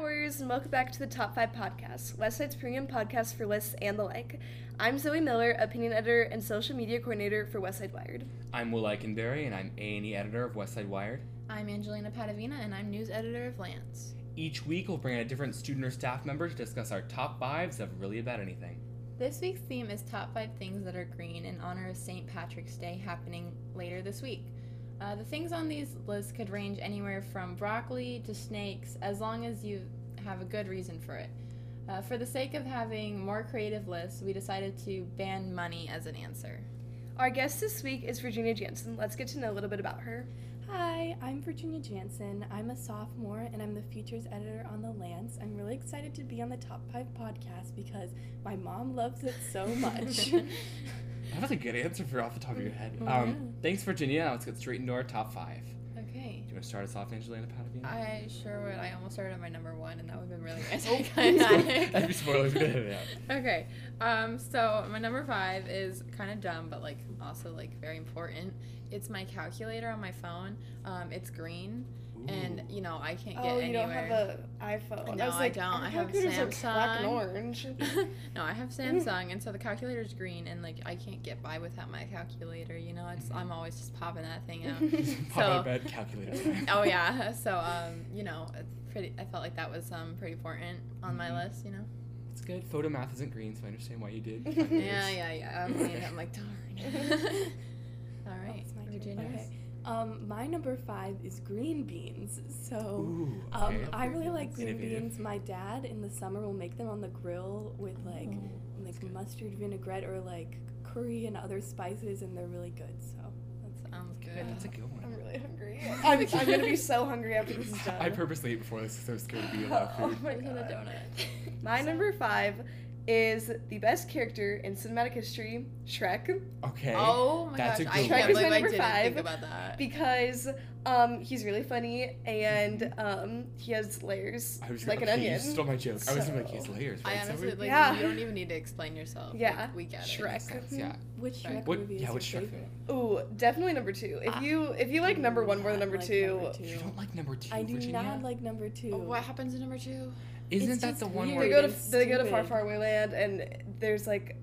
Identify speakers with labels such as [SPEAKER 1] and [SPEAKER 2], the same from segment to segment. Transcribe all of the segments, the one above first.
[SPEAKER 1] Breakers, and welcome back to the Top 5 Podcast, Westside's premium podcast for lists and the like. I'm Zoe Miller, opinion editor and social media coordinator for Westside Wired.
[SPEAKER 2] I'm Will Eikenberry, and I'm A&E editor of Westside Wired.
[SPEAKER 3] I'm Angelina Padavina, and I'm news editor of Lance.
[SPEAKER 2] Each week, we'll bring in a different student or staff member to discuss our top fives of really about anything.
[SPEAKER 3] This week's theme is top five things that are green in honor of St. Patrick's Day happening later this week. Uh, the things on these lists could range anywhere from broccoli to snakes, as long as you have a good reason for it. Uh, for the sake of having more creative lists, we decided to ban money as an answer.
[SPEAKER 1] Our guest this week is Virginia Jansen. Let's get to know a little bit about her.
[SPEAKER 4] Hi, I'm Virginia Jansen. I'm a sophomore and I'm the features editor on The Lance. I'm really excited to be on the Top 5 podcast because my mom loves it so much.
[SPEAKER 2] That was a good answer for off the top of your head.
[SPEAKER 3] Oh,
[SPEAKER 2] Um, thanks, Virginia. Now let's get straight into our top five. Do
[SPEAKER 3] Okay.
[SPEAKER 2] you want to start us off, Angelina Padavina?
[SPEAKER 3] I sure would. I almost started on my number one, and that would have been really
[SPEAKER 2] That'd be spoilers. yeah.
[SPEAKER 3] Okay, um, so my number five is kind of dumb, but like also like very important. It's my calculator on my phone. Um, it's green, and you know I can't get
[SPEAKER 4] oh,
[SPEAKER 3] anywhere.
[SPEAKER 4] you don't have an iPhone.
[SPEAKER 3] No,
[SPEAKER 4] I was
[SPEAKER 3] I
[SPEAKER 4] like,
[SPEAKER 1] "Oh
[SPEAKER 3] don't.
[SPEAKER 4] our
[SPEAKER 3] I have
[SPEAKER 4] computers are black and
[SPEAKER 3] Samsung.
[SPEAKER 4] orange.
[SPEAKER 3] no, I have Samsung, and so the calculator's green, and like I can't get by without my calculator. You know, it's I'm always just popping that thing out.
[SPEAKER 2] Pop out of
[SPEAKER 3] So-
[SPEAKER 2] bed, calculator time.
[SPEAKER 3] oh yeah, so um, you know, it's pretty. I felt like that was um pretty important on my
[SPEAKER 2] Mhm.
[SPEAKER 3] list. You know.
[SPEAKER 2] It's good. Photo math isn't green, so I understand why you did.
[SPEAKER 3] Yeah, yeah, yeah. I'm, leaning, I'm like darn. All right,
[SPEAKER 4] it's my turn.
[SPEAKER 3] Virginia.
[SPEAKER 4] Okay. Um, my number five is green beans. So
[SPEAKER 2] Ooh,
[SPEAKER 4] um,
[SPEAKER 2] okay.
[SPEAKER 4] I really like green
[SPEAKER 2] Innovative.
[SPEAKER 4] beans. My dad in the summer will make them on the grill with
[SPEAKER 2] Oh,
[SPEAKER 4] like
[SPEAKER 2] Ooh.
[SPEAKER 4] like mustard vinaigrette or like curry and other spices, and they're really good. So
[SPEAKER 3] Sounds
[SPEAKER 2] Yeah,
[SPEAKER 3] good.
[SPEAKER 2] that's a good one.
[SPEAKER 1] I'm really hungry. I'm, I'm going to be so hungry after this is done.
[SPEAKER 2] I purposely ate before this because I was scared to be without
[SPEAKER 1] Oh
[SPEAKER 2] food.
[SPEAKER 1] my
[SPEAKER 3] Into the
[SPEAKER 1] God.
[SPEAKER 3] donut.
[SPEAKER 1] My number five is the best character in cinematic history, Shrek,
[SPEAKER 2] Okay.
[SPEAKER 3] Oh my
[SPEAKER 2] That's a
[SPEAKER 3] gosh,
[SPEAKER 2] good
[SPEAKER 3] I
[SPEAKER 2] one.
[SPEAKER 3] can't believe I
[SPEAKER 1] Number
[SPEAKER 3] didn't
[SPEAKER 1] five.
[SPEAKER 3] think about that.
[SPEAKER 1] because um, he's really funny and um, he has layers
[SPEAKER 2] I was
[SPEAKER 1] like an
[SPEAKER 2] okay, You
[SPEAKER 1] onion.
[SPEAKER 2] stole my joke. I was gonna be like, he's
[SPEAKER 1] So-
[SPEAKER 2] layers.
[SPEAKER 3] I
[SPEAKER 2] right? So
[SPEAKER 3] honestly
[SPEAKER 2] we-
[SPEAKER 3] like
[SPEAKER 1] Yeah.
[SPEAKER 3] you don't even need to explain yourself. Like,
[SPEAKER 1] Yeah.
[SPEAKER 3] we get it.
[SPEAKER 1] Shrek.
[SPEAKER 2] Yeah.
[SPEAKER 4] which
[SPEAKER 3] Right.
[SPEAKER 4] Shrek
[SPEAKER 2] What?
[SPEAKER 4] movie
[SPEAKER 2] Yeah.
[SPEAKER 4] is
[SPEAKER 2] What's
[SPEAKER 4] your
[SPEAKER 2] Shrek?
[SPEAKER 4] favorite?
[SPEAKER 2] movie?
[SPEAKER 1] Ooh, definitely number two. If
[SPEAKER 3] Ah.
[SPEAKER 4] I-
[SPEAKER 1] you if you like number one more than
[SPEAKER 4] Not
[SPEAKER 1] number
[SPEAKER 4] like
[SPEAKER 1] two,
[SPEAKER 4] number
[SPEAKER 2] You
[SPEAKER 4] two.
[SPEAKER 2] don't like number two,
[SPEAKER 4] I do
[SPEAKER 2] Virginia?
[SPEAKER 4] not like number two.
[SPEAKER 3] Oh, what happens to number two?
[SPEAKER 2] Isn't
[SPEAKER 4] It's
[SPEAKER 2] that
[SPEAKER 4] just
[SPEAKER 2] the one
[SPEAKER 4] weird.
[SPEAKER 1] they
[SPEAKER 2] where
[SPEAKER 1] go to
[SPEAKER 4] It's
[SPEAKER 1] they go to far
[SPEAKER 4] stupid.
[SPEAKER 1] far away land and there's like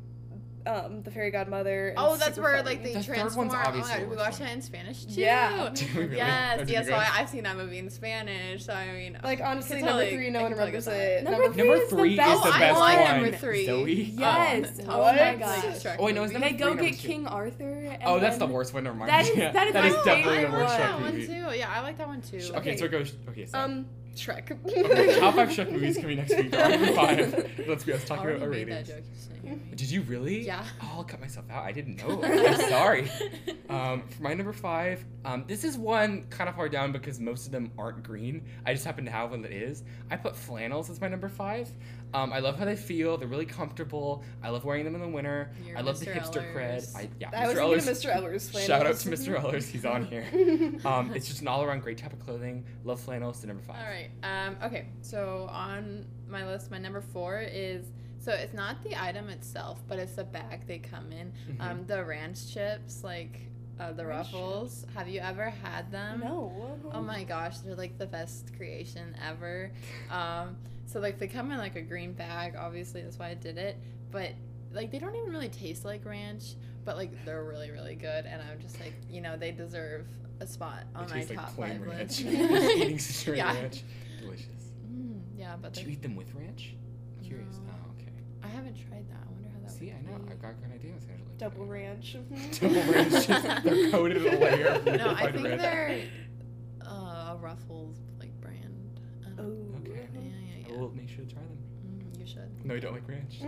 [SPEAKER 1] um, the fairy godmother. and
[SPEAKER 3] Oh, that's
[SPEAKER 1] super
[SPEAKER 3] where
[SPEAKER 1] funny.
[SPEAKER 3] like they
[SPEAKER 2] The third one's
[SPEAKER 3] transform. Oh my
[SPEAKER 2] obviously
[SPEAKER 3] god,
[SPEAKER 2] the
[SPEAKER 3] we
[SPEAKER 2] worst
[SPEAKER 3] watched
[SPEAKER 2] one.
[SPEAKER 3] that in Spanish too.
[SPEAKER 1] Yeah.
[SPEAKER 2] Do we really?
[SPEAKER 3] Yes,
[SPEAKER 2] Or did
[SPEAKER 3] yes.
[SPEAKER 2] you
[SPEAKER 3] Well,
[SPEAKER 2] guys-
[SPEAKER 3] I've seen that movie in Spanish, so I mean,
[SPEAKER 1] like
[SPEAKER 3] I can
[SPEAKER 1] honestly
[SPEAKER 3] totally-
[SPEAKER 1] number three, no
[SPEAKER 3] I
[SPEAKER 1] one
[SPEAKER 3] can totally
[SPEAKER 1] remembers
[SPEAKER 3] get
[SPEAKER 1] it.
[SPEAKER 4] Number three
[SPEAKER 2] Number
[SPEAKER 4] is the
[SPEAKER 2] three
[SPEAKER 4] best
[SPEAKER 2] is the
[SPEAKER 3] one.
[SPEAKER 2] best
[SPEAKER 3] Oh, I
[SPEAKER 2] one.
[SPEAKER 3] like number three.
[SPEAKER 2] Zoe.
[SPEAKER 4] Yes.
[SPEAKER 2] Oh.
[SPEAKER 3] that.
[SPEAKER 4] Oh my
[SPEAKER 1] What?
[SPEAKER 4] gosh.
[SPEAKER 3] Shrek
[SPEAKER 2] Oh, wait, no,
[SPEAKER 3] movie.
[SPEAKER 2] it's
[SPEAKER 4] They
[SPEAKER 2] number three,
[SPEAKER 4] go get
[SPEAKER 2] number two.
[SPEAKER 4] King Arthur. And
[SPEAKER 2] Oh, that's the
[SPEAKER 4] then-
[SPEAKER 2] worst one. Never mind.
[SPEAKER 4] That is-
[SPEAKER 2] yeah,
[SPEAKER 4] that is
[SPEAKER 2] that is
[SPEAKER 4] my
[SPEAKER 2] definitely
[SPEAKER 3] I
[SPEAKER 2] the worst
[SPEAKER 3] like
[SPEAKER 2] Shrek
[SPEAKER 3] that one
[SPEAKER 2] movie.
[SPEAKER 3] too. Yeah, I like that one too.
[SPEAKER 2] Okay,
[SPEAKER 1] Okay.
[SPEAKER 2] so it goes. Okay, so
[SPEAKER 1] Um, Shrek.
[SPEAKER 2] okay, top five Shrek movies coming next week. Our Number five. Let's be honest. Talking
[SPEAKER 3] Already
[SPEAKER 2] about our
[SPEAKER 3] made
[SPEAKER 2] ratings.
[SPEAKER 3] that joke. you just didn't hear me.
[SPEAKER 2] Did you really?
[SPEAKER 3] Yeah.
[SPEAKER 2] Oh, I'll cut myself out. I didn't know. Oh, I'm sorry. Um, for my number five, um, this is one kind of hard down because most of them aren't green. I just happen to have one that is. I put flannels as my number five. Um, I love how they feel. They're really comfortable. I love wearing them in the winter.
[SPEAKER 3] Your
[SPEAKER 2] I love the
[SPEAKER 3] Mr.
[SPEAKER 2] hipster
[SPEAKER 3] Ellers.
[SPEAKER 2] cred. I, yeah,
[SPEAKER 1] I was
[SPEAKER 2] Mr.
[SPEAKER 1] thinking of
[SPEAKER 2] Ellers.
[SPEAKER 1] Mr. Ellers.
[SPEAKER 2] Shout out
[SPEAKER 1] flannels.
[SPEAKER 2] to Mr. Ellers. He's on here. Um, it's just an all around great type of clothing. Love flannels. The number five.
[SPEAKER 3] All right. Um, okay. So on my list, my number four is so it's not the item itself, but it's the bag they come in.
[SPEAKER 2] Mhm.
[SPEAKER 3] Um, the ranch chips, like uh, the
[SPEAKER 1] Ranch
[SPEAKER 3] ruffles. Have you ever had them?
[SPEAKER 4] No.
[SPEAKER 3] Oh my gosh, they're like the best creation ever. Um, so like they come in like a green bag. Obviously, that's why I did it. But like they don't even really taste like ranch, but like they're really really good. And I'm just like you know they deserve a spot
[SPEAKER 2] It
[SPEAKER 3] on my
[SPEAKER 2] tastes like
[SPEAKER 3] top
[SPEAKER 2] plain
[SPEAKER 3] five
[SPEAKER 2] ranch.
[SPEAKER 3] list.
[SPEAKER 2] Just eating straight
[SPEAKER 3] Yeah.
[SPEAKER 2] ranch. Delicious.
[SPEAKER 3] Mm, yeah, but
[SPEAKER 2] Do
[SPEAKER 3] they're
[SPEAKER 2] you eat them with ranch? I'm curious.
[SPEAKER 3] No.
[SPEAKER 2] Oh, okay.
[SPEAKER 3] I haven't tried that. I wonder how that
[SPEAKER 2] See, I
[SPEAKER 3] would
[SPEAKER 2] know.
[SPEAKER 3] be.
[SPEAKER 2] I've got good ideas, Angela.
[SPEAKER 1] Double ranch.
[SPEAKER 2] Double ranch. just- They're coated in a layer of
[SPEAKER 3] No, I
[SPEAKER 2] liquid
[SPEAKER 3] think
[SPEAKER 2] ranch.
[SPEAKER 3] they're uh, a Ruffles like brand. I
[SPEAKER 1] Oh.
[SPEAKER 3] don't-
[SPEAKER 4] Ooh.
[SPEAKER 2] Okay.
[SPEAKER 3] Yeah, yeah,
[SPEAKER 2] I
[SPEAKER 3] yeah.
[SPEAKER 2] will Oh, make sure to try them.
[SPEAKER 3] Mm, you should.
[SPEAKER 2] No, I don't like ranch.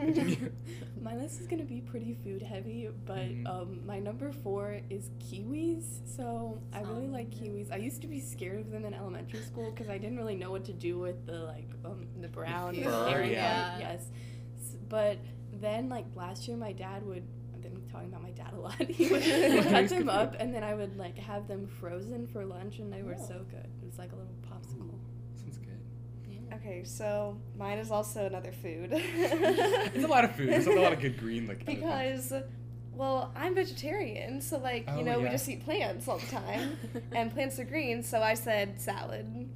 [SPEAKER 4] My list is gonna be pretty food heavy, but
[SPEAKER 2] Mhm.
[SPEAKER 4] um, my number four is kiwis. So I really
[SPEAKER 3] Sounds
[SPEAKER 4] like
[SPEAKER 3] good.
[SPEAKER 4] kiwis. I used to be scared of them in elementary school because I didn't really know what to do with the like um, the brown
[SPEAKER 3] fur,
[SPEAKER 4] hairy
[SPEAKER 3] yeah.
[SPEAKER 4] part, Yes, S- but then like last year, my dad would. I'm talking about my dad a lot. He would cut
[SPEAKER 2] He's
[SPEAKER 4] them
[SPEAKER 2] good.
[SPEAKER 4] up, and then I would like have them frozen for lunch, and they were
[SPEAKER 1] Oh.
[SPEAKER 4] so good. It was like a little popsicle.
[SPEAKER 2] Ooh, Sounds good.
[SPEAKER 3] Yeah.
[SPEAKER 1] okay, so mine is also another food.
[SPEAKER 2] It's a lot of food. There's a lot of good green like. kind of things.
[SPEAKER 1] because well i'm vegetarian so like
[SPEAKER 2] Oh,
[SPEAKER 1] you know we
[SPEAKER 2] yeah.
[SPEAKER 1] just eat plants all the time and plants are green so i said salad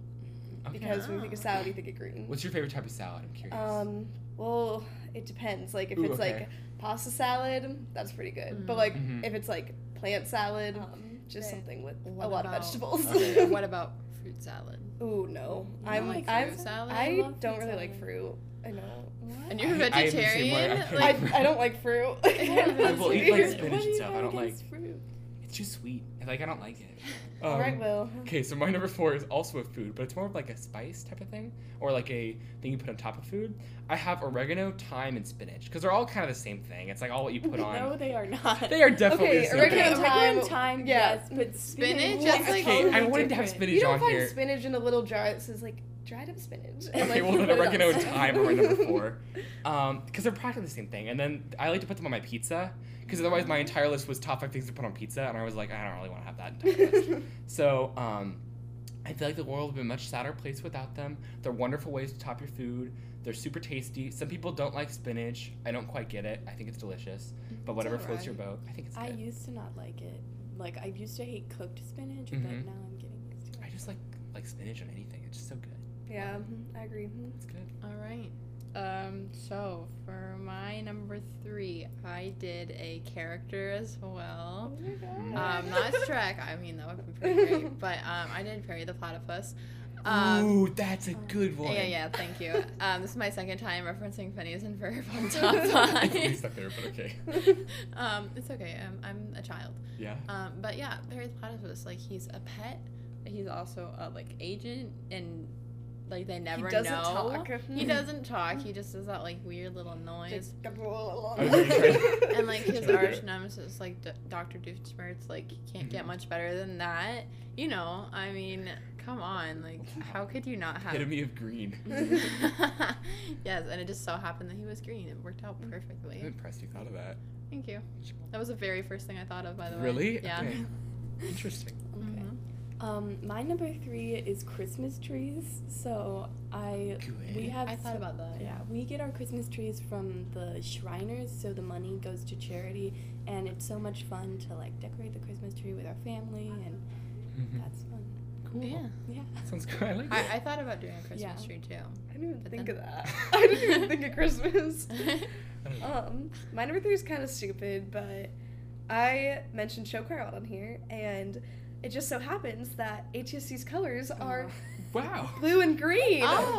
[SPEAKER 1] because when we think of
[SPEAKER 3] Oh.
[SPEAKER 2] Ah.
[SPEAKER 1] salad, you think of green.
[SPEAKER 2] What's your favorite type of salad? I'm curious.
[SPEAKER 1] Um, well, it depends. Like if
[SPEAKER 2] Ooh,
[SPEAKER 1] it's
[SPEAKER 2] okay.
[SPEAKER 1] like pasta salad, that's pretty good.
[SPEAKER 3] Mm.
[SPEAKER 1] But like
[SPEAKER 2] Mhm.
[SPEAKER 1] if it's like plant salad,
[SPEAKER 4] Oh,
[SPEAKER 5] Um,
[SPEAKER 1] just
[SPEAKER 5] but
[SPEAKER 1] something with a
[SPEAKER 5] what
[SPEAKER 1] lot
[SPEAKER 5] about-
[SPEAKER 1] of vegetables.
[SPEAKER 2] Okay.
[SPEAKER 5] what about fruit salad?
[SPEAKER 1] Ooh no,
[SPEAKER 4] You don't
[SPEAKER 1] I'm
[SPEAKER 4] like
[SPEAKER 1] I'm
[SPEAKER 4] fruit
[SPEAKER 3] salad?
[SPEAKER 1] I
[SPEAKER 4] I love
[SPEAKER 1] don't
[SPEAKER 4] fruit
[SPEAKER 1] really like
[SPEAKER 4] salad.
[SPEAKER 1] fruit. I know.
[SPEAKER 4] What?
[SPEAKER 5] And you're
[SPEAKER 2] I- I am the same way. I
[SPEAKER 5] vegetarian?
[SPEAKER 2] can't-
[SPEAKER 1] I, I don't like fruit.
[SPEAKER 2] I will eat like
[SPEAKER 1] Weird.
[SPEAKER 2] spinach and stuff. I don't like.
[SPEAKER 4] fruit.
[SPEAKER 2] It's too sweet. Like I don't like it.
[SPEAKER 1] All right,
[SPEAKER 2] Um,
[SPEAKER 1] Will.
[SPEAKER 2] Okay, so my number four is also a food, but it's more of like a spice type of thing, or like a thing you put on top of food. I have oregano, thyme, and spinach because they're all kind of the same thing. It's like all what you put on.
[SPEAKER 4] No, they are not.
[SPEAKER 2] They are definitely
[SPEAKER 1] Okay,
[SPEAKER 2] the same
[SPEAKER 1] oregano
[SPEAKER 4] okay,
[SPEAKER 2] thing.
[SPEAKER 1] and
[SPEAKER 4] oregano
[SPEAKER 1] thyme,
[SPEAKER 4] time,
[SPEAKER 1] yeah.
[SPEAKER 4] yes, but
[SPEAKER 5] Spinach,
[SPEAKER 4] Yes,
[SPEAKER 5] that's like
[SPEAKER 2] okay, I
[SPEAKER 5] totally
[SPEAKER 2] wanted to have
[SPEAKER 5] different.
[SPEAKER 2] spinach
[SPEAKER 1] You don't
[SPEAKER 2] on
[SPEAKER 1] find
[SPEAKER 2] here.
[SPEAKER 1] spinach in a little jar that says like dried up spinach. and,
[SPEAKER 2] okay,
[SPEAKER 1] like,
[SPEAKER 2] well,
[SPEAKER 1] you put
[SPEAKER 2] then
[SPEAKER 1] it on
[SPEAKER 2] oregano and
[SPEAKER 1] stuff.
[SPEAKER 2] thyme are my number four. Um, because they're practically the same thing. And then I like to put them on my pizza, because otherwise my entire list was top five things to put on pizza, and I was like, I don't really want to have that entire list. So, um, I feel like the world would be a much sadder place without them. They're wonderful ways to top your food. They're super tasty. Some people don't like spinach. I don't quite get it. I think it's delicious,
[SPEAKER 3] Mm-hmm.
[SPEAKER 2] but whatever floats your boat. I think it's
[SPEAKER 4] I
[SPEAKER 2] good.
[SPEAKER 4] used to not like it. Like I used to hate cooked spinach, but
[SPEAKER 2] Mhm.
[SPEAKER 4] now I'm getting used to
[SPEAKER 2] I
[SPEAKER 4] it.
[SPEAKER 2] just like like spinach on anything. It's just so good.
[SPEAKER 1] yeah, I agree.
[SPEAKER 2] It's good.
[SPEAKER 3] All right. Um, so for my number three, I did a character as
[SPEAKER 1] Oh
[SPEAKER 3] well. Um, not Shrek. I mean, that would have been pretty great. But um, I did Perry the Platypus. Um,
[SPEAKER 2] Ooh, that's a good one.
[SPEAKER 3] yeah, yeah. Thank you. Um, this is my second time referencing Phineas and Ferb on top
[SPEAKER 2] It's at
[SPEAKER 3] five.
[SPEAKER 2] least up there, but okay.
[SPEAKER 3] um, it's okay. Um, I'm a child.
[SPEAKER 2] Yeah.
[SPEAKER 3] Um, but yeah, Perry the Platypus, like he's a pet, but he's also a like agent, and like they never
[SPEAKER 1] he doesn't
[SPEAKER 3] know.
[SPEAKER 1] talk. Mm-hmm.
[SPEAKER 3] He doesn't talk. He just does that like weird little noise. and like his
[SPEAKER 2] Okay.
[SPEAKER 3] arch nemesis, like D- Doctor Doofenshmirtz, like you can't get
[SPEAKER 1] Mm-hmm.
[SPEAKER 2] Mhm.
[SPEAKER 3] much better than that. You know, I mean, come on, like how could you not have?
[SPEAKER 2] Epitome of green.
[SPEAKER 3] yes, and it just so happened that he was green. It worked out
[SPEAKER 2] I'm
[SPEAKER 3] perfectly.
[SPEAKER 2] impressed you thought of that.
[SPEAKER 3] Thank you. That was the very first thing I thought of, by the way.
[SPEAKER 2] Really?
[SPEAKER 3] Yeah.
[SPEAKER 2] Okay. Interesting.
[SPEAKER 4] Okay.
[SPEAKER 3] Mhm.
[SPEAKER 4] Um, my number three is Christmas trees. So I
[SPEAKER 2] Good.
[SPEAKER 4] we have
[SPEAKER 3] I thought
[SPEAKER 4] so-
[SPEAKER 3] about that.
[SPEAKER 4] Yeah, we get our Christmas trees from the Shriners, so the money goes to charity, and it's so much fun to like decorate the Christmas tree with our family, and
[SPEAKER 2] Mhm.
[SPEAKER 4] that's fun.
[SPEAKER 2] Cool.
[SPEAKER 3] Yeah.
[SPEAKER 4] Yeah.
[SPEAKER 2] Sounds good. I like it.
[SPEAKER 3] I, I thought about doing a Christmas
[SPEAKER 4] Yeah.
[SPEAKER 3] tree too.
[SPEAKER 1] I didn't even
[SPEAKER 3] But
[SPEAKER 1] think
[SPEAKER 3] then-
[SPEAKER 1] of that. I didn't even think of Christmas.
[SPEAKER 2] I don't know.
[SPEAKER 1] Um, my number three is kind of stupid, but I mentioned show crowd on here, and it just so happens that HSC's colors
[SPEAKER 4] Oh.
[SPEAKER 1] are
[SPEAKER 2] wow.
[SPEAKER 1] blue and green.
[SPEAKER 3] Oh,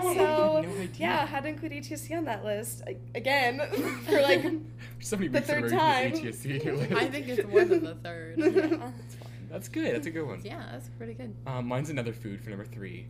[SPEAKER 1] what?
[SPEAKER 3] wow.
[SPEAKER 1] So
[SPEAKER 2] no idea.
[SPEAKER 1] yeah, had to include HSC on that list a- again for like.
[SPEAKER 2] So many
[SPEAKER 1] The
[SPEAKER 2] weeks in a
[SPEAKER 1] third
[SPEAKER 2] row you
[SPEAKER 1] time.
[SPEAKER 2] did HSC in your list.
[SPEAKER 3] I think it's more than the third.
[SPEAKER 4] Yeah.
[SPEAKER 2] That's good. That's a good one.
[SPEAKER 3] Yeah, that's pretty good.
[SPEAKER 2] Um, mine's another food for number three.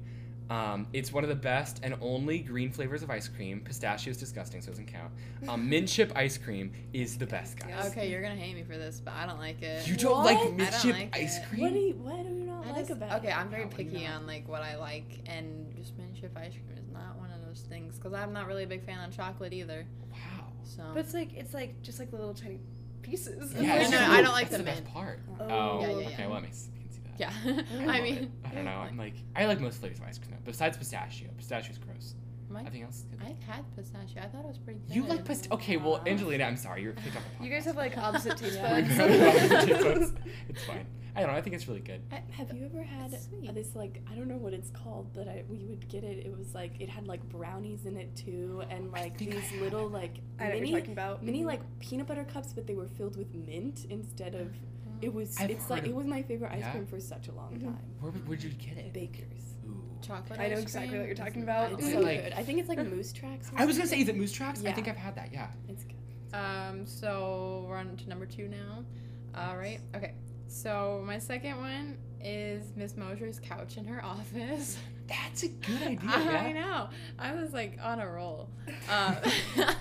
[SPEAKER 2] Um, it's one of the best and only green flavors of ice cream. Pistachio is disgusting, so it doesn't count. Um, mint chip ice cream is the best, guys.
[SPEAKER 1] Yes.
[SPEAKER 3] Okay, you're gonna hate me for this, but I don't like it.
[SPEAKER 2] You don't
[SPEAKER 4] What? I
[SPEAKER 2] like mint
[SPEAKER 3] don't
[SPEAKER 2] chip
[SPEAKER 3] like
[SPEAKER 2] ice
[SPEAKER 3] it.
[SPEAKER 2] cream?
[SPEAKER 4] What do you What do you not
[SPEAKER 3] I
[SPEAKER 4] like
[SPEAKER 3] just-
[SPEAKER 4] about
[SPEAKER 3] okay,
[SPEAKER 4] it?
[SPEAKER 3] I'm very
[SPEAKER 2] That would
[SPEAKER 3] picky
[SPEAKER 2] not-
[SPEAKER 3] on like what I like, and just mint chip ice cream is not one of those things because I'm not really a big fan on chocolate either.
[SPEAKER 2] Wow.
[SPEAKER 3] So
[SPEAKER 1] But it's like it's like just like the little tiny pieces.
[SPEAKER 2] Yeah,
[SPEAKER 3] I
[SPEAKER 2] it's
[SPEAKER 3] know,
[SPEAKER 2] just-
[SPEAKER 3] I don't like
[SPEAKER 2] that's
[SPEAKER 3] the
[SPEAKER 2] best
[SPEAKER 3] mint.
[SPEAKER 2] part.
[SPEAKER 1] Oh,
[SPEAKER 2] Oh,
[SPEAKER 3] Yeah, yeah, yeah.
[SPEAKER 2] okay. Well, that makes I can see that.
[SPEAKER 3] yeah,
[SPEAKER 2] I,
[SPEAKER 3] I
[SPEAKER 2] love it.
[SPEAKER 3] mean,
[SPEAKER 2] I don't know. I'm like, I like most flavors of ice cream though, besides pistachio. Pistachio's gross.
[SPEAKER 3] My-
[SPEAKER 2] Everything else is good.
[SPEAKER 3] I had pistachio. I thought it was pretty good.
[SPEAKER 2] You like pistachio? Okay, well,
[SPEAKER 3] Wow.
[SPEAKER 2] Angelina, I'm sorry. You're picked up on
[SPEAKER 1] You guys have like opposite taste
[SPEAKER 4] Yeah.
[SPEAKER 1] buds.
[SPEAKER 2] it's fine. I don't know. I think it's really good.
[SPEAKER 4] Have you ever had
[SPEAKER 3] That's sweet.
[SPEAKER 4] this like I don't know what it's called, but I we would get it. It was like it had like brownies in it too, and
[SPEAKER 2] I
[SPEAKER 4] like
[SPEAKER 2] think I
[SPEAKER 4] these
[SPEAKER 2] had
[SPEAKER 4] little like
[SPEAKER 1] I know what
[SPEAKER 4] mini
[SPEAKER 1] you're talking Mm-hmm. about.
[SPEAKER 4] mini like peanut butter cups, but they were filled with mint instead of. It was.
[SPEAKER 2] I've
[SPEAKER 4] it's like
[SPEAKER 2] heard
[SPEAKER 4] it
[SPEAKER 2] of-
[SPEAKER 4] was my favorite ice
[SPEAKER 2] yeah.
[SPEAKER 4] cream for such a long
[SPEAKER 1] Mhm.
[SPEAKER 4] time.
[SPEAKER 2] Where would where'd you get it?
[SPEAKER 4] Bakers.
[SPEAKER 2] Ooh.
[SPEAKER 3] chocolate.
[SPEAKER 1] I know
[SPEAKER 3] ice
[SPEAKER 1] exactly what
[SPEAKER 3] cream?
[SPEAKER 1] you're talking about.
[SPEAKER 4] It's
[SPEAKER 2] is
[SPEAKER 4] so
[SPEAKER 2] it like-
[SPEAKER 4] good. I think it's like moose tracks. or
[SPEAKER 2] I was gonna say,
[SPEAKER 4] something.
[SPEAKER 2] is it moose tracks? I
[SPEAKER 4] Yeah.
[SPEAKER 2] think I've had that. Yeah.
[SPEAKER 4] It's good.
[SPEAKER 3] Um, so we're on to number two now. All right. Okay. So my second one is Miss Mosier's couch in her office.
[SPEAKER 2] That's a good idea. yeah.
[SPEAKER 3] I know. I was like on a roll. Um,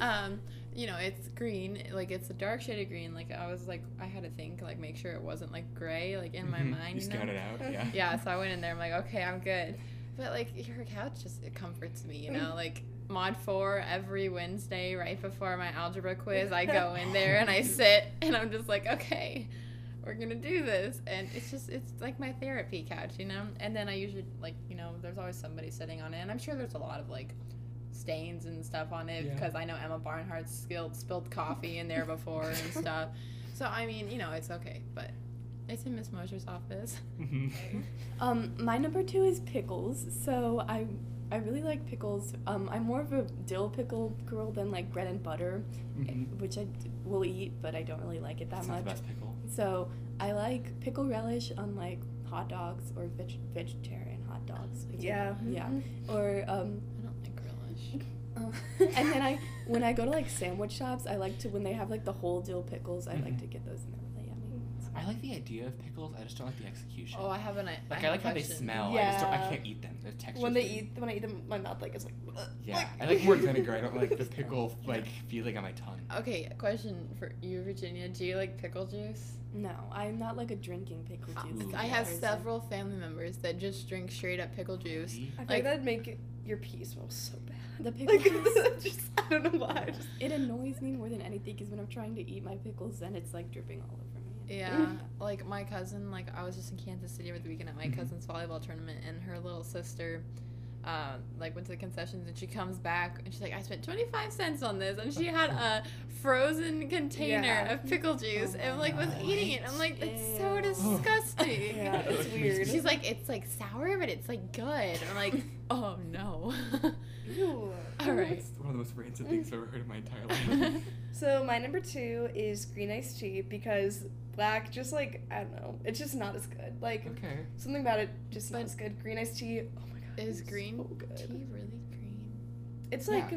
[SPEAKER 3] um, you know, it's green. Like it's a dark shade of green. Like I was like, I had to think, like make sure it wasn't like gray, like in my
[SPEAKER 2] Mhm.
[SPEAKER 3] mind.
[SPEAKER 2] You
[SPEAKER 3] you know?
[SPEAKER 2] scout it out. Yeah.
[SPEAKER 3] yeah so i went in there i'm like okay i'm good but like your couch just it comforts me you know like mod 4 every wednesday right before my algebra quiz i go in there and i sit and i'm just like okay we're gonna do this and it's just it's like my therapy couch you know and then i usually like you know there's always somebody sitting on it and i'm sure there's a lot of like stains and stuff on it
[SPEAKER 2] Yeah.
[SPEAKER 3] because i know emma barnhart spilled, spilled coffee in there before and stuff so i mean you know it's okay but It's in Miss Mosher's office.
[SPEAKER 2] Mhm.
[SPEAKER 4] Um, my number two is pickles. So I I really like pickles. Um, I'm more of a dill pickle girl than like bread and butter,
[SPEAKER 2] Mhm.
[SPEAKER 4] which I d- will eat, but I don't really like it that
[SPEAKER 2] It's
[SPEAKER 4] much.
[SPEAKER 2] not the best pickle.
[SPEAKER 4] So I like pickle relish on like hot dogs or veg- vegetarian hot dogs. like,
[SPEAKER 1] Yeah.
[SPEAKER 4] Yeah.
[SPEAKER 3] mm-hmm.
[SPEAKER 4] Or um,
[SPEAKER 3] I don't like relish.
[SPEAKER 4] um, and then I when I go to like sandwich shops, I like to when they have like the whole dill pickles, I like
[SPEAKER 2] Mhm.
[SPEAKER 4] to get those and they're really yummy.
[SPEAKER 2] I like the idea of pickles. I just don't like the execution.
[SPEAKER 3] Oh, I have an. I,
[SPEAKER 2] like
[SPEAKER 3] have
[SPEAKER 2] I,
[SPEAKER 3] a
[SPEAKER 2] like how they
[SPEAKER 3] question.
[SPEAKER 2] smell. I just don't, I
[SPEAKER 1] Yeah.
[SPEAKER 2] can't eat them. Their texture.
[SPEAKER 1] When they eat, when I eat them, my mouth like is like. "Ugh."
[SPEAKER 2] Yeah, I like more vinegar. I don't like the pickle like feeling on my tongue.
[SPEAKER 3] Okay, a question for you, Virginia. Do you like pickle juice?
[SPEAKER 4] No, I'm not like a drinking pickle juice.
[SPEAKER 2] Ooh.
[SPEAKER 3] I have
[SPEAKER 4] person.
[SPEAKER 3] several family members that just drink straight up pickle juice.
[SPEAKER 1] I feel
[SPEAKER 3] Like-
[SPEAKER 1] like that'd make it- your pee smell so bad.
[SPEAKER 4] The pickle
[SPEAKER 1] Like,
[SPEAKER 4] juice
[SPEAKER 1] just, I don't know why. I just-
[SPEAKER 4] It annoys me more than anything because when I'm trying to eat my pickles, then it's like dripping all over me.
[SPEAKER 3] Yeah, like my cousin, like I was just in Kansas City over the weekend at my
[SPEAKER 2] Mhm.
[SPEAKER 1] Mm-hmm.
[SPEAKER 3] cousin's volleyball tournament, and her little sister, um, like went to the concessions, and she comes back and she's like, "I spent twenty five cents on this," and she had a frozen container
[SPEAKER 1] Yeah. Oh
[SPEAKER 3] of pickle juice, and like was
[SPEAKER 2] my
[SPEAKER 3] eating it. I'm like, "That's so
[SPEAKER 4] Ew.
[SPEAKER 3] disgusting."
[SPEAKER 1] Yeah, it's weird.
[SPEAKER 3] She's like, "It's like sour, but it's like good." I'm like, "Oh no."
[SPEAKER 1] Ew.
[SPEAKER 3] All right.
[SPEAKER 2] It's one of the most rancid things I've ever heard in my entire life.
[SPEAKER 1] So my number two is green iced tea because black just like I don't know, it's just not as good. Like
[SPEAKER 2] okay.
[SPEAKER 1] something about it just not
[SPEAKER 3] But-
[SPEAKER 1] as good. Green iced tea. Oh my god.
[SPEAKER 3] Is
[SPEAKER 1] it's
[SPEAKER 3] green
[SPEAKER 1] so good.
[SPEAKER 3] tea really green?
[SPEAKER 1] It's
[SPEAKER 2] Yeah.
[SPEAKER 1] like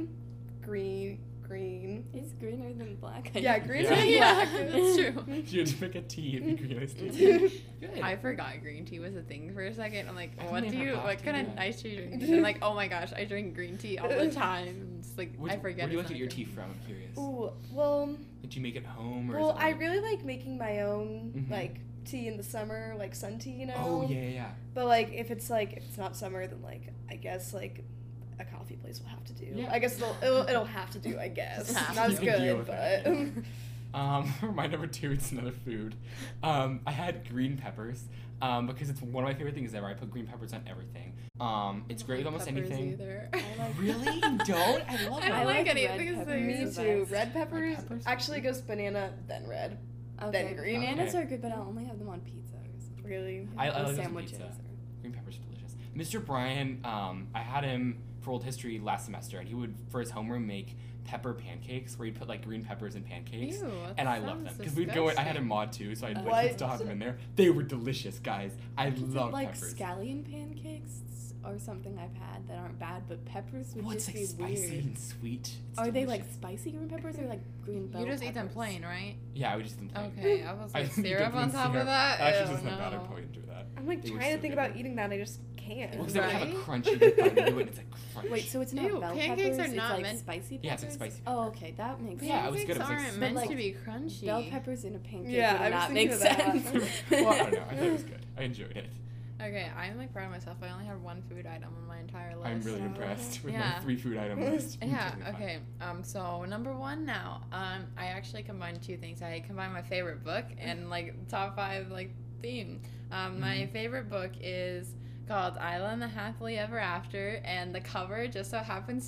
[SPEAKER 1] green, green.
[SPEAKER 4] It's greener than black. I
[SPEAKER 1] Yeah,
[SPEAKER 4] think.
[SPEAKER 1] green
[SPEAKER 2] Yeah.
[SPEAKER 1] and
[SPEAKER 3] Yeah,
[SPEAKER 1] black.
[SPEAKER 3] that's true.
[SPEAKER 2] You'd make a tea if you green iced tea.
[SPEAKER 1] true.
[SPEAKER 2] Good.
[SPEAKER 3] I forgot green tea was a thing for a second. I'm like,
[SPEAKER 2] I
[SPEAKER 3] what
[SPEAKER 2] never
[SPEAKER 3] do you,
[SPEAKER 2] got
[SPEAKER 3] what
[SPEAKER 2] to
[SPEAKER 3] kind of
[SPEAKER 2] that.
[SPEAKER 3] ice tea you drink? And I'm like, oh my gosh, I drink green tea all the time. It's like,
[SPEAKER 2] Where'd-
[SPEAKER 3] I forget.
[SPEAKER 2] Where do you
[SPEAKER 3] it's
[SPEAKER 2] like get
[SPEAKER 3] not
[SPEAKER 2] your tea
[SPEAKER 3] green.
[SPEAKER 2] from? I'm curious.
[SPEAKER 1] Ooh, well,
[SPEAKER 2] Did you make it home or? is
[SPEAKER 1] well,
[SPEAKER 2] it
[SPEAKER 1] I
[SPEAKER 2] like-
[SPEAKER 1] really like making my own
[SPEAKER 2] Mhm.
[SPEAKER 1] like tea in the summer, like sun tea, you know.
[SPEAKER 2] Oh yeah, yeah, yeah.
[SPEAKER 1] But like, if it's like if it's not summer, then like I guess like a coffee place will have to do.
[SPEAKER 2] Yeah.
[SPEAKER 1] I guess it'll it'll, it'll have to do. I guess
[SPEAKER 3] have
[SPEAKER 1] not
[SPEAKER 3] to.
[SPEAKER 1] as
[SPEAKER 2] You can deal
[SPEAKER 1] good,
[SPEAKER 2] with
[SPEAKER 1] but
[SPEAKER 2] that, Um, my number two, it's another food. Um, I had green peppers um, because it's one of my favorite things ever. I put green peppers on everything. Um, it's
[SPEAKER 3] I don't
[SPEAKER 2] great with
[SPEAKER 3] like
[SPEAKER 2] almost
[SPEAKER 3] peppers
[SPEAKER 2] anything.
[SPEAKER 3] Either.
[SPEAKER 4] I like-
[SPEAKER 2] Really? You don't? I love
[SPEAKER 3] I
[SPEAKER 2] them.
[SPEAKER 3] don't like,
[SPEAKER 4] like
[SPEAKER 3] any
[SPEAKER 4] red
[SPEAKER 3] of these
[SPEAKER 4] peppers.
[SPEAKER 1] me
[SPEAKER 3] things.
[SPEAKER 4] These are
[SPEAKER 1] too.
[SPEAKER 4] best.
[SPEAKER 1] Red peppers,
[SPEAKER 2] peppers?
[SPEAKER 1] actually goes banana then red.
[SPEAKER 4] Okay.
[SPEAKER 1] Then green.
[SPEAKER 4] Bananas
[SPEAKER 2] Okay.
[SPEAKER 4] are good, but I'll only have them on pizza. Or something.
[SPEAKER 1] Really.
[SPEAKER 2] I- I
[SPEAKER 4] Or
[SPEAKER 2] like those on
[SPEAKER 4] sandwiches.
[SPEAKER 2] pizza. Green peppers are delicious. Mr. Brian, um, I had him for old history last semester, and he would, for his homeroom, make pepper pancakes where he'd put like green peppers in pancakes.
[SPEAKER 3] Ew,
[SPEAKER 2] And I love them because we'd go. In, I had a mod too, so I'd like
[SPEAKER 1] What?
[SPEAKER 2] still have them in there. They were delicious, guys. I
[SPEAKER 4] Or, is it
[SPEAKER 2] love
[SPEAKER 4] like
[SPEAKER 2] peppers.
[SPEAKER 4] scallion pancakes or something I've had that aren't bad, but peppers would
[SPEAKER 2] What's
[SPEAKER 4] just
[SPEAKER 2] like
[SPEAKER 4] be
[SPEAKER 2] spicy
[SPEAKER 4] weird.
[SPEAKER 2] and sweet? It's
[SPEAKER 4] Are they like
[SPEAKER 2] delicious.
[SPEAKER 4] spicy green peppers or like green bell
[SPEAKER 3] You just eat them
[SPEAKER 4] peppers?
[SPEAKER 3] plain, right?
[SPEAKER 2] Yeah, I would just them plain.
[SPEAKER 3] Okay, I was
[SPEAKER 2] I
[SPEAKER 3] like
[SPEAKER 2] think you
[SPEAKER 3] syrup
[SPEAKER 2] definitely
[SPEAKER 3] on top
[SPEAKER 2] syrup.
[SPEAKER 3] of that.
[SPEAKER 2] I actually
[SPEAKER 3] Ew,
[SPEAKER 2] just had that. I
[SPEAKER 3] no.
[SPEAKER 2] probably do that.
[SPEAKER 1] I'm like
[SPEAKER 2] They were
[SPEAKER 1] trying to
[SPEAKER 2] so
[SPEAKER 1] think
[SPEAKER 2] good.
[SPEAKER 1] about eating that. I just can't.
[SPEAKER 2] Well, 'cause
[SPEAKER 3] that
[SPEAKER 2] they would have a
[SPEAKER 3] Right?
[SPEAKER 2] crunchy bit bun, and do it. It's like crunch.
[SPEAKER 4] Wait, so it's not
[SPEAKER 3] Ew,
[SPEAKER 4] bell
[SPEAKER 3] pancakes
[SPEAKER 4] peppers.
[SPEAKER 3] are
[SPEAKER 4] it's
[SPEAKER 3] not
[SPEAKER 4] like
[SPEAKER 3] meant-
[SPEAKER 4] spicy peppers.
[SPEAKER 2] Yeah, it's like spicy
[SPEAKER 4] Oh, okay, that makes sense.
[SPEAKER 2] Yeah, it was good. It was like
[SPEAKER 3] Pancakes aren't
[SPEAKER 2] s-
[SPEAKER 3] meant
[SPEAKER 4] But,
[SPEAKER 3] to
[SPEAKER 4] like,
[SPEAKER 3] be crunchy.
[SPEAKER 4] Bell peppers in a pancake
[SPEAKER 1] Yeah, I
[SPEAKER 4] would
[SPEAKER 1] was
[SPEAKER 4] not make
[SPEAKER 1] thinking of that.
[SPEAKER 4] sense.
[SPEAKER 2] well, I don't know. I thought it was good. I enjoyed it.
[SPEAKER 3] Okay, I'm like proud of myself. I only have one food item on my entire list.
[SPEAKER 2] I'm really
[SPEAKER 1] so-
[SPEAKER 2] impressed with my
[SPEAKER 3] Yeah.
[SPEAKER 2] three food item list. I'm
[SPEAKER 3] Yeah.
[SPEAKER 2] totally fine.
[SPEAKER 3] Okay. Um. So number one now. Um. I actually combined two things. I combined my favorite book and like top five like theme. Um. My
[SPEAKER 2] Mm-hmm.
[SPEAKER 3] favorite book is called Isla and the Happily Ever After, and the cover just so happens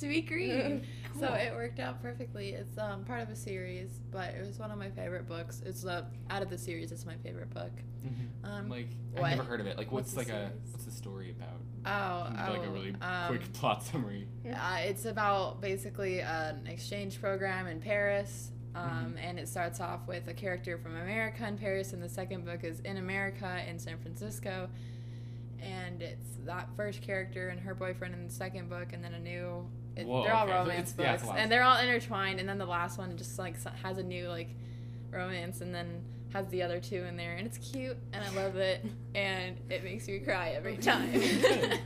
[SPEAKER 3] to be green. So it worked out perfectly. It's um part of a series, but it was one of my favorite books. It's uh, out of the series. It's my favorite book.
[SPEAKER 2] Mhm.
[SPEAKER 3] Um.
[SPEAKER 2] Like
[SPEAKER 3] what?
[SPEAKER 2] I've never heard of it. Like, what's,
[SPEAKER 4] What's the
[SPEAKER 2] like a
[SPEAKER 4] series?
[SPEAKER 2] what's the story about?
[SPEAKER 3] oh.
[SPEAKER 2] Can you do, like
[SPEAKER 3] oh,
[SPEAKER 2] a really
[SPEAKER 3] um,
[SPEAKER 2] quick plot summary.
[SPEAKER 3] Uh, it's about basically an exchange program in Paris.
[SPEAKER 2] Mm-hmm.
[SPEAKER 3] Um, And it starts off with a character from America in Paris, and the second book is in America in San Francisco. And it's that first character and her boyfriend in the second book, and then a new. It,
[SPEAKER 2] Whoa,
[SPEAKER 3] they're all
[SPEAKER 2] okay, so
[SPEAKER 3] romance
[SPEAKER 2] it's- yeah, it's
[SPEAKER 3] books,
[SPEAKER 2] a lot.
[SPEAKER 3] and they're all intertwined. And then the last one just like s- has a new like romance, and then has the other two in there, and it's cute, and I love it, and it makes me cry every time.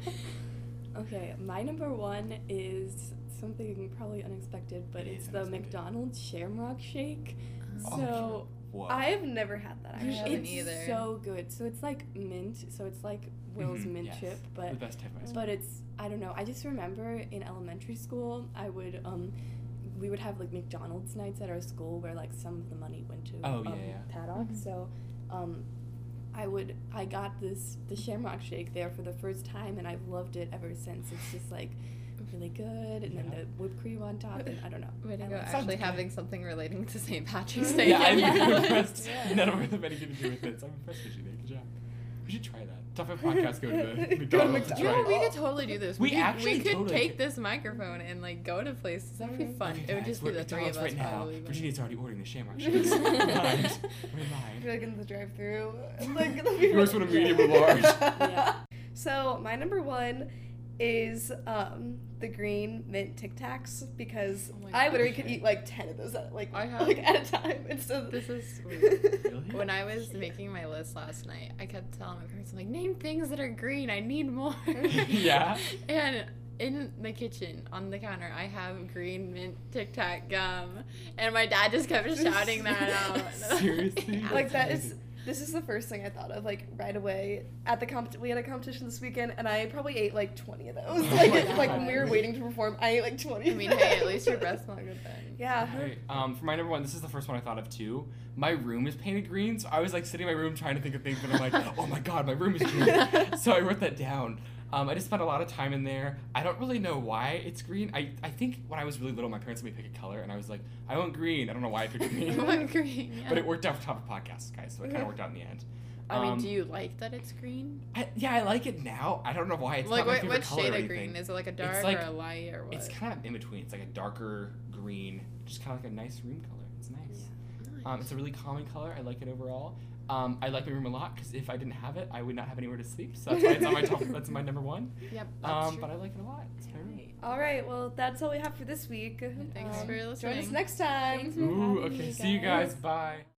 [SPEAKER 4] Okay, my number one is something probably unexpected, but
[SPEAKER 2] It
[SPEAKER 4] it's
[SPEAKER 2] is
[SPEAKER 4] the
[SPEAKER 2] unexpected.
[SPEAKER 4] McDonald's Shamrock Shake.
[SPEAKER 2] Oh,
[SPEAKER 4] so
[SPEAKER 2] Whoa.
[SPEAKER 1] I've never had that
[SPEAKER 3] I
[SPEAKER 1] actually.
[SPEAKER 3] haven't
[SPEAKER 4] it's
[SPEAKER 3] either.
[SPEAKER 4] so good. So it's like mint. So it's like Will's
[SPEAKER 2] Mhm,
[SPEAKER 4] mint
[SPEAKER 2] yes.
[SPEAKER 4] chip, but
[SPEAKER 2] the best type of ice
[SPEAKER 4] but it's I don't know. I just remember in elementary school, I would um, we would have like McDonald's nights at our school where like some of the money went to
[SPEAKER 2] Oh,
[SPEAKER 4] um,
[SPEAKER 3] Mm-hmm.
[SPEAKER 2] yeah, yeah.
[SPEAKER 4] Paddock.
[SPEAKER 3] Mhm.
[SPEAKER 4] So, um, I would I got this the Shamrock Shake there for the first time, and I've loved it ever since. It's just like really good, and then
[SPEAKER 2] Yeah.
[SPEAKER 4] the whipped cream on top, and I don't know.
[SPEAKER 3] Way to
[SPEAKER 4] I
[SPEAKER 3] go,
[SPEAKER 4] like-
[SPEAKER 2] Sounds
[SPEAKER 3] actually
[SPEAKER 2] good.
[SPEAKER 3] having something relating to St. Patrick's
[SPEAKER 4] Mhm.
[SPEAKER 3] Day.
[SPEAKER 2] yeah, I'm
[SPEAKER 4] Yeah.
[SPEAKER 2] really impressed.
[SPEAKER 4] Yeah.
[SPEAKER 2] None of us have anything to do with this. I'm impressed with you there. Good job. We should try that. Tough Ed podcast. Go to the
[SPEAKER 1] Go to
[SPEAKER 2] McDonald's.
[SPEAKER 1] McDonald's.
[SPEAKER 2] and
[SPEAKER 3] You
[SPEAKER 2] try
[SPEAKER 3] know,
[SPEAKER 2] it.
[SPEAKER 3] we could totally do this.
[SPEAKER 2] We
[SPEAKER 3] could-
[SPEAKER 2] actually
[SPEAKER 3] we could
[SPEAKER 2] totally
[SPEAKER 3] take
[SPEAKER 2] could.
[SPEAKER 3] this microphone and like go to places. That'd be
[SPEAKER 4] Mhm.
[SPEAKER 3] fun.
[SPEAKER 2] Okay,
[SPEAKER 3] it would
[SPEAKER 2] guys,
[SPEAKER 3] just
[SPEAKER 2] we're
[SPEAKER 3] be the
[SPEAKER 2] at
[SPEAKER 3] three of us
[SPEAKER 2] McDonald's right
[SPEAKER 3] probably.
[SPEAKER 2] Now.
[SPEAKER 3] but-
[SPEAKER 2] Virginia's already ordering the Shamrock Shakes. We're live. We're
[SPEAKER 1] Like in the drive-through. Like
[SPEAKER 2] live. First one, a medium or large.
[SPEAKER 4] Yeah.
[SPEAKER 1] So my number one is um, the green mint Tic Tacs because
[SPEAKER 3] Oh my
[SPEAKER 1] I
[SPEAKER 3] gosh.
[SPEAKER 1] literally could
[SPEAKER 2] Okay.
[SPEAKER 1] eat like ten of those at, like
[SPEAKER 3] I have-
[SPEAKER 1] like at a time instead of
[SPEAKER 3] This is weird.
[SPEAKER 1] Really?
[SPEAKER 2] Really?
[SPEAKER 3] When I was making my list last night, I kept telling my parents, I'm like, name things that are green. I need more.
[SPEAKER 2] Yeah.
[SPEAKER 3] And in the kitchen on the counter, I have green mint Tic Tac gum, and my dad just kept shouting that out.
[SPEAKER 2] Seriously?
[SPEAKER 3] Yeah.
[SPEAKER 1] like
[SPEAKER 2] That's
[SPEAKER 1] that is
[SPEAKER 2] amazing.
[SPEAKER 1] this is the first thing I thought of like right away at the comp we had a competition this weekend and I probably ate like 20 of those
[SPEAKER 2] Oh
[SPEAKER 1] like
[SPEAKER 2] my
[SPEAKER 1] it's, like when
[SPEAKER 3] God.
[SPEAKER 1] we were waiting to perform I ate like 20
[SPEAKER 3] I
[SPEAKER 1] of
[SPEAKER 3] mean,
[SPEAKER 1] them.
[SPEAKER 3] hey, at least your breath smelled good then.
[SPEAKER 1] yeah
[SPEAKER 2] Alright, Um, for my number one, this is the first one I thought of too. My room is painted green, so I was like sitting in my room trying to think of things, and I'm like, oh my god, my room is green. so I wrote that down. Um, I just spent a lot of time in there. I don't really know why it's green. I, I think when I was really little, my parents made me pick a color, and I was like, I want green. I don't know why I picked
[SPEAKER 3] I
[SPEAKER 2] green.
[SPEAKER 3] want green. Yeah.
[SPEAKER 2] but it worked out for top of podcasts, guys, so it kind of worked out in the end.
[SPEAKER 3] I mean,
[SPEAKER 2] Um,
[SPEAKER 3] do you like that it's green?
[SPEAKER 2] I, yeah, I like it now. I don't know why. It's not
[SPEAKER 3] like,
[SPEAKER 2] my
[SPEAKER 3] what,
[SPEAKER 2] favorite
[SPEAKER 3] what
[SPEAKER 2] color
[SPEAKER 3] shade
[SPEAKER 2] or
[SPEAKER 3] of
[SPEAKER 2] anything.
[SPEAKER 3] green? Is it like a dark
[SPEAKER 2] like-
[SPEAKER 3] or a light or what?
[SPEAKER 2] It's kind of in between. It's like a darker green, just kind of like a nice room color. It's nice. Um, it's a really calming color. I like it overall. Um, I like my room a lot because if I didn't have it, I would not have anywhere to sleep. So that's why it's on my top. That's my number one.
[SPEAKER 3] yep. That's
[SPEAKER 2] Um,
[SPEAKER 3] true.
[SPEAKER 2] but I like it a lot. It's my room.
[SPEAKER 3] Alright.
[SPEAKER 1] all right well that's all we have for this week
[SPEAKER 3] Thanks
[SPEAKER 1] Um,
[SPEAKER 3] for
[SPEAKER 1] join us
[SPEAKER 3] listening.
[SPEAKER 1] next time
[SPEAKER 4] Thanks for
[SPEAKER 2] Ooh,
[SPEAKER 4] having
[SPEAKER 2] okay.
[SPEAKER 4] me,
[SPEAKER 2] See you guys. Bye.